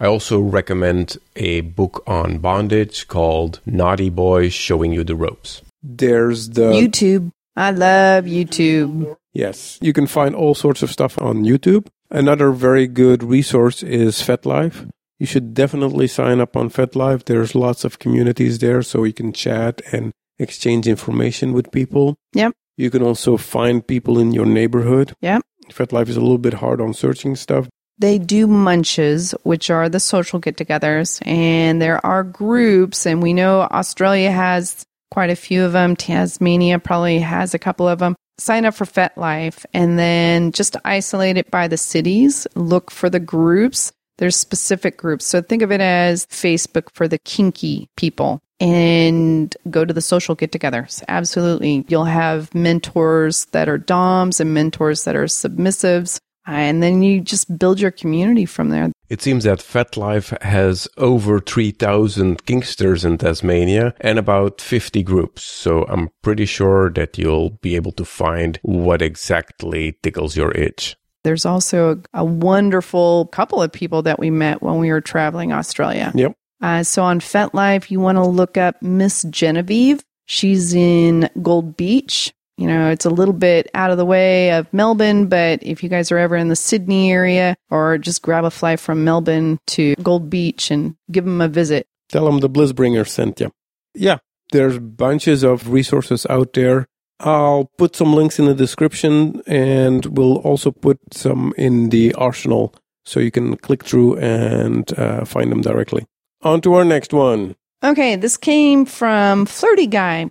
[SPEAKER 10] I also recommend a book on bondage called Naughty Boy Showing You the Ropes.
[SPEAKER 2] There's the
[SPEAKER 1] YouTube. I love YouTube.
[SPEAKER 2] Yes, you can find all sorts of stuff on YouTube. Another very good resource is FetLife. You should definitely sign up on FetLife. There's lots of communities there, so you can chat and exchange information with people.
[SPEAKER 1] Yep.
[SPEAKER 2] You can also find people in your neighborhood.
[SPEAKER 1] Yep.
[SPEAKER 2] FetLife is a little bit hard on searching stuff.
[SPEAKER 1] they do munches, which are the social get togethers, and there are groups. And we know Australia has quite a few of them, Tasmania probably has a couple of them. Sign up for FetLife and then just isolate it by the cities. Look for the groups. There's specific groups. So think of it as Facebook for the kinky people and go to the social get togethers. Absolutely. You'll have mentors that are DOMs and mentors that are submissives. And then you just build your community from there.
[SPEAKER 10] It seems that FetLife has over 3,000 kinksters in Tasmania and about 50 groups, so I'm pretty sure that you'll be able to find what exactly tickles your itch.
[SPEAKER 1] There's also a, a wonderful couple of people that we met when we were traveling Australia.
[SPEAKER 2] Yep.
[SPEAKER 1] Uh, so on FetLife, you want to look up Miss Genevieve. She's in Gold Beach. You know, it's a little bit out of the way of Melbourne, but if you guys are ever in the Sydney area or just grab a flight from Melbourne to Gold Beach and give them a visit.
[SPEAKER 2] Tell them the Blissbringer sent you. Yeah, there's bunches of resources out there. I'll put some links in the description and we'll also put some in the arsenal so you can click through and uh, find them directly. On to our next one.
[SPEAKER 1] Okay, this came from Flirty Guy.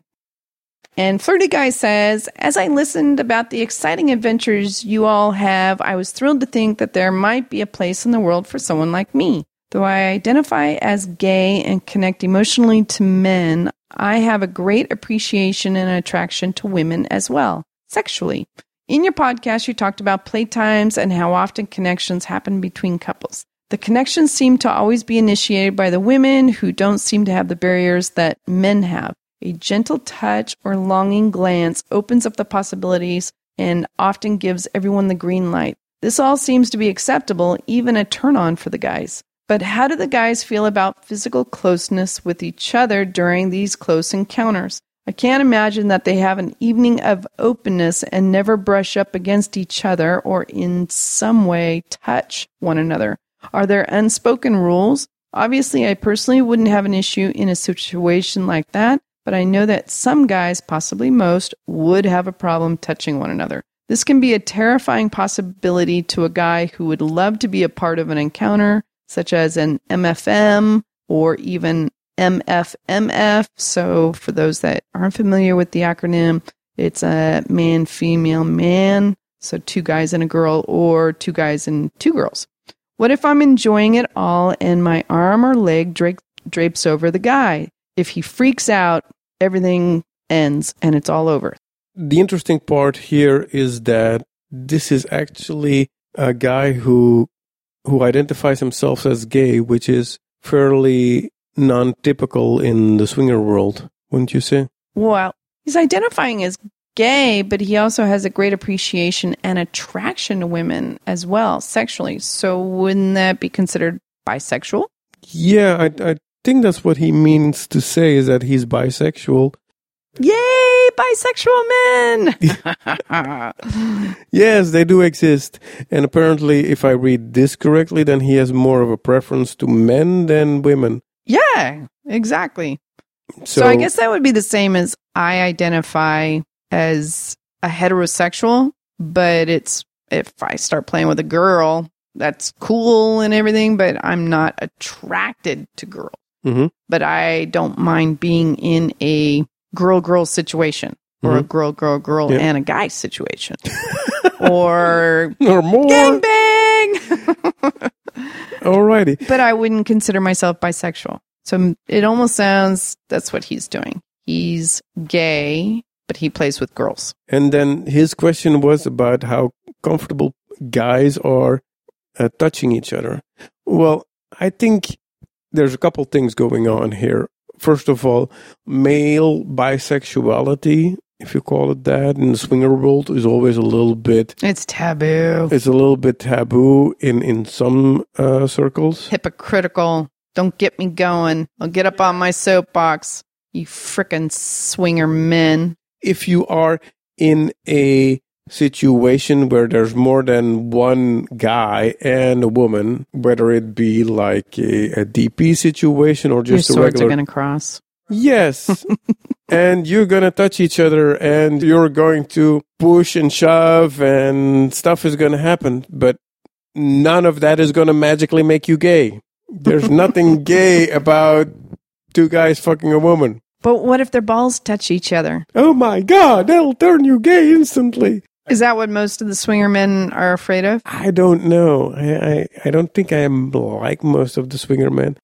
[SPEAKER 1] And Flirty Guy says, As I listened about the exciting adventures you all have, I was thrilled to think that there might be a place in the world for someone like me. Though I identify as gay and connect emotionally to men, I have a great appreciation and attraction to women as well, sexually. In your podcast, you talked about playtimes and how often connections happen between couples. The connections seem to always be initiated by the women who don't seem to have the barriers that men have. A gentle touch or longing glance opens up the possibilities and often gives everyone the green light. This all seems to be acceptable, even a turn on for the guys. But how do the guys feel about physical closeness with each other during these close encounters? I can't imagine that they have an evening of openness and never brush up against each other or in some way touch one another. Are there unspoken rules? Obviously, I personally wouldn't have an issue in a situation like that, but I know that some guys, possibly most, would have a problem touching one another. This can be a terrifying possibility to a guy who would love to be a part of an encounter, such as an MFM or even MFMF. So, for those that aren't familiar with the acronym, it's a man female man. So two guys and a girl, or two guys and two girls. What if I'm enjoying it all and my arm or leg dra- drapes over the guy? If he freaks out, everything ends and it's all over.
[SPEAKER 2] The interesting part here is that this is actually a guy who who identifies himself as gay, which is fairly non-typical in the swinger world, wouldn't you say?
[SPEAKER 1] Well, he's identifying as gay, but he also has a great appreciation and attraction to women as well, sexually. So wouldn't that be considered bisexual?
[SPEAKER 2] Yeah, I, I think that's what he means to say is that he's bisexual.
[SPEAKER 1] Yay, bisexual men!
[SPEAKER 2] Yes, they do exist. And apparently, if I read this correctly, then he has more of a preference to men than women.
[SPEAKER 1] yeah, exactly. So,
[SPEAKER 2] So-
[SPEAKER 1] I guess that would be the same as I identify as a heterosexual, but it's if I start playing with a girl, that's cool and everything, but I'm not attracted to girls.
[SPEAKER 2] Mm-hmm.
[SPEAKER 1] But I don't mind being in a girl girl situation or a
[SPEAKER 2] Mhm.
[SPEAKER 1] girl girl girl
[SPEAKER 2] Yeah.
[SPEAKER 1] and a guy situation. or
[SPEAKER 2] or more
[SPEAKER 1] gangbang.
[SPEAKER 2] Alrighty.
[SPEAKER 1] but I wouldn't consider myself bisexual. So m- it almost sounds that's what he's doing. He's gay, but he plays with girls.
[SPEAKER 2] And then his question was about how comfortable guys are uh, touching each other. Well, I think there's a couple things going on here. First of all, male bisexuality, if you call it that, in the swinger world is always a little bit
[SPEAKER 1] It's taboo.
[SPEAKER 2] it's a little bit taboo in in some uh, circles.
[SPEAKER 1] hypocritical. Don't get me going. I'll get up on my soapbox. You frickin' swinger men.
[SPEAKER 2] if you are in a situation where there's more than one guy and a woman, whether it be like a, a DP situation or
[SPEAKER 1] Your
[SPEAKER 2] just a
[SPEAKER 1] swords
[SPEAKER 2] regular.
[SPEAKER 1] are going to cross.
[SPEAKER 2] yes. and you're going to touch each other and you're going to push and shove and stuff is going to happen. But none of that is going to magically make you gay. There's nothing gay about two guys fucking a woman.
[SPEAKER 1] But what if their balls touch each other?
[SPEAKER 2] Oh my God, they'll turn you gay instantly.
[SPEAKER 1] Is that what most of the swinger men are afraid of?
[SPEAKER 2] I don't know. I, I, I don't think I am like most of the swinger men.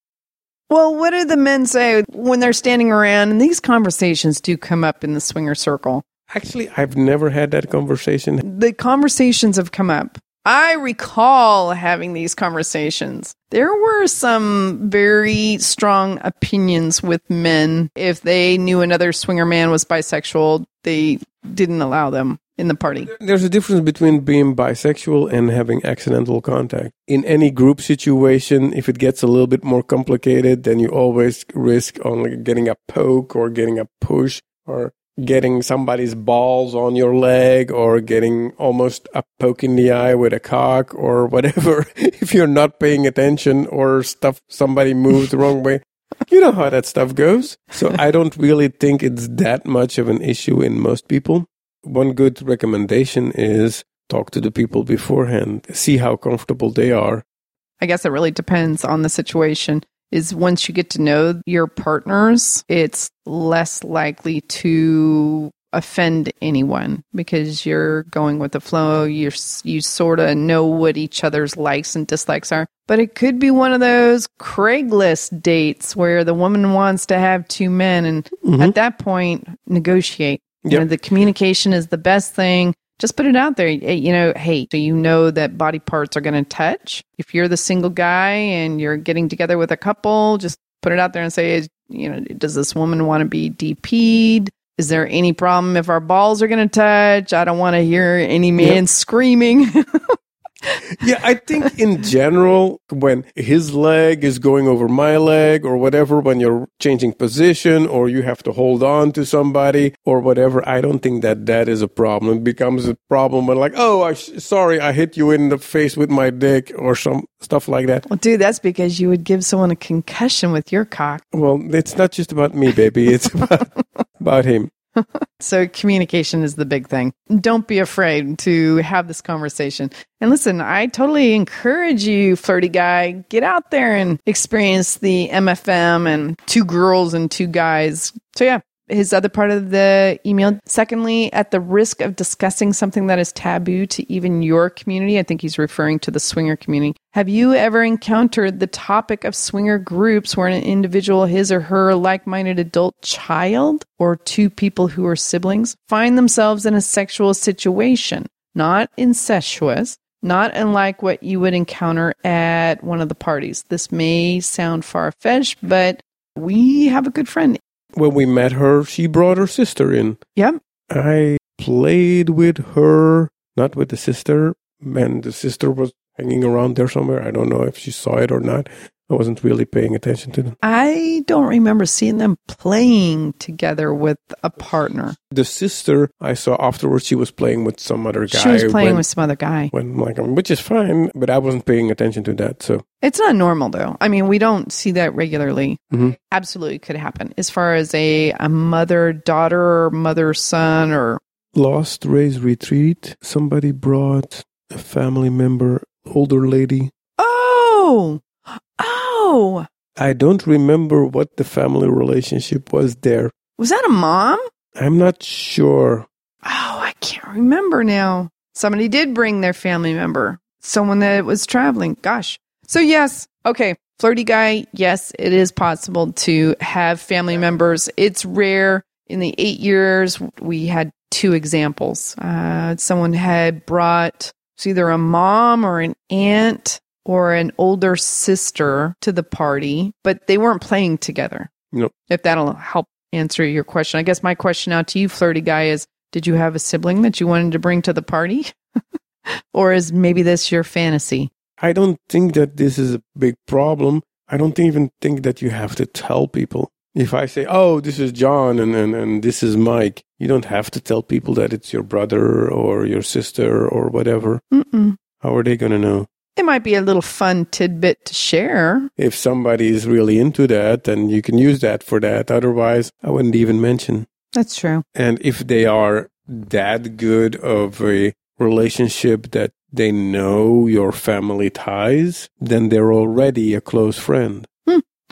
[SPEAKER 1] Well, what do the men say when they're standing around? And these conversations do come up in the swinger circle.
[SPEAKER 2] Actually, I've never had that conversation.
[SPEAKER 1] The conversations have come up. I recall having these conversations. There were some very strong opinions with men. If they knew another swinger man was bisexual, they didn't allow them in the party.
[SPEAKER 2] There's a difference between being bisexual and having accidental contact. In any group situation, if it gets a little bit more complicated, then you always risk only getting a poke or getting a push or getting somebody's balls on your leg or getting almost a poke in the eye with a cock or whatever if you're not paying attention or stuff somebody moves the wrong way. You know how that stuff goes. So I don't really think it's that much of an issue in most people. One good recommendation is talk to the people beforehand, see how comfortable they are.
[SPEAKER 1] I guess it really depends on the situation. Is once you get to know your partners, it's less likely to offend anyone because you're going with the flow. You're, s- you sort of know what each other's likes and dislikes are. But it could be one of those Craigslist dates where the woman wants to have two men. And
[SPEAKER 2] Mhm.
[SPEAKER 1] at that point, negotiate. You
[SPEAKER 2] Yep.
[SPEAKER 1] know, the communication is the best thing. Just put it out there. Eh, You know, hey, so you know that body parts are going to touch. If you're the single guy and you're getting together with a couple, just put it out there and say, is- you know, does this woman want to be DP'd? Is there any problem if our balls are going to touch? I don't want to hear any man screaming.
[SPEAKER 2] Yeah, I think in general, when his leg is going over my leg or whatever, when you're changing position or you have to hold on to somebody or whatever, I don't think that that is a problem. It becomes a problem when, like, oh, I, sorry, I hit you in the face with my dick or some stuff like that.
[SPEAKER 1] well, dude, that's because you would give someone a concussion with your cock.
[SPEAKER 2] Well, it's not just about me, baby. It's about, about him.
[SPEAKER 1] So communication is the big thing. Don't be afraid to have this conversation. And listen, I totally encourage you, flirty guy, get out there and experience the MFM and two girls and two guys. So yeah, his other part of the email. Secondly, at the risk of discussing something that is taboo to even your community, I think he's referring to the swinger community. Have you ever encountered the topic of swinger groups where an individual, his or her like minded adult child, or two people who are siblings, find themselves in a sexual situation? Not incestuous, not unlike what you would encounter at one of the parties. This may sound far fetched, but we have a good friend
[SPEAKER 2] when we met her, she brought her sister in.
[SPEAKER 1] Yep.
[SPEAKER 2] I played with her, not with the sister, and the sister was hanging around there somewhere. I don't know if she saw it or not. I wasn't really paying attention to them.
[SPEAKER 1] I don't remember seeing them playing together with a partner.
[SPEAKER 2] The sister I saw afterwards, she was playing with some other guy.
[SPEAKER 1] she was playing
[SPEAKER 2] when-
[SPEAKER 1] with some other guy.
[SPEAKER 2] when like, um, which is fine, but I wasn't paying attention to that. So,
[SPEAKER 1] It's not normal though. I mean, we don't see that regularly.
[SPEAKER 2] mhm.
[SPEAKER 1] Absolutely could happen as far as a, a mother daughter or mother son or
[SPEAKER 2] Lost Rays Retreat. Somebody brought a family member, older lady.
[SPEAKER 1] Oh, oh,
[SPEAKER 2] I don't remember what the family relationship was there.
[SPEAKER 1] was that a mom?
[SPEAKER 2] I'm not sure.
[SPEAKER 1] Oh, I can't remember now. Somebody did bring their family member, someone that was traveling. Gosh. So, yes. Okay. Flirty guy. Yes, it is possible to have family members. It's rare. In the eight years, we had two examples. Uh, someone had brought it's either a mom or an aunt or an older sister to the party, but they weren't playing together
[SPEAKER 2] No.
[SPEAKER 1] if that'll help answer your question. I guess my question now to you, flirty guy, is did you have a sibling that you wanted to bring to the party? or is maybe this your fantasy?
[SPEAKER 2] I don't think that this is a big problem. I don't even think that you have to tell people. If I say, oh, this is John and, and, and this is Mike, you don't have to tell people that it's your brother or your sister or whatever.
[SPEAKER 1] Mm-mm.
[SPEAKER 2] How are they going to know?
[SPEAKER 1] It might be a little fun tidbit to share.
[SPEAKER 2] If somebody is really into that, then you can use that for that. Otherwise, I wouldn't even mention.
[SPEAKER 1] That's true.
[SPEAKER 2] And if they are that good of a relationship that they know your family ties, then they're already a close friend.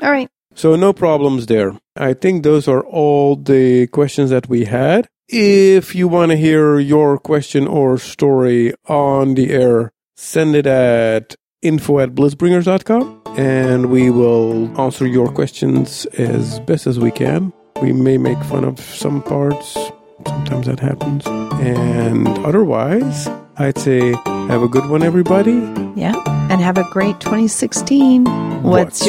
[SPEAKER 1] All right.
[SPEAKER 2] So no problems there. I think those are all the questions that we had. If you want to hear your question or story on the air, send it at info at blissbringers.com and we will answer your questions as best as we can. We may make fun of some parts. Sometimes that happens. And otherwise, I'd say have a good one, everybody.
[SPEAKER 1] Yeah. And have a great 2016. What's,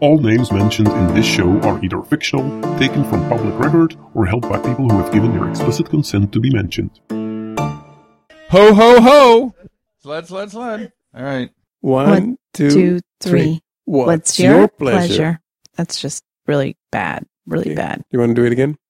[SPEAKER 4] All names mentioned in this show are either fictional, taken from public record, or held by people who have given their explicit consent to be mentioned.
[SPEAKER 3] Ho ho ho! Sled, sled, sled. All right.
[SPEAKER 2] One, two, three.
[SPEAKER 1] Two, three.
[SPEAKER 2] What's, your pleasure?
[SPEAKER 1] That's just really bad. Really bad.
[SPEAKER 2] You want to do it again?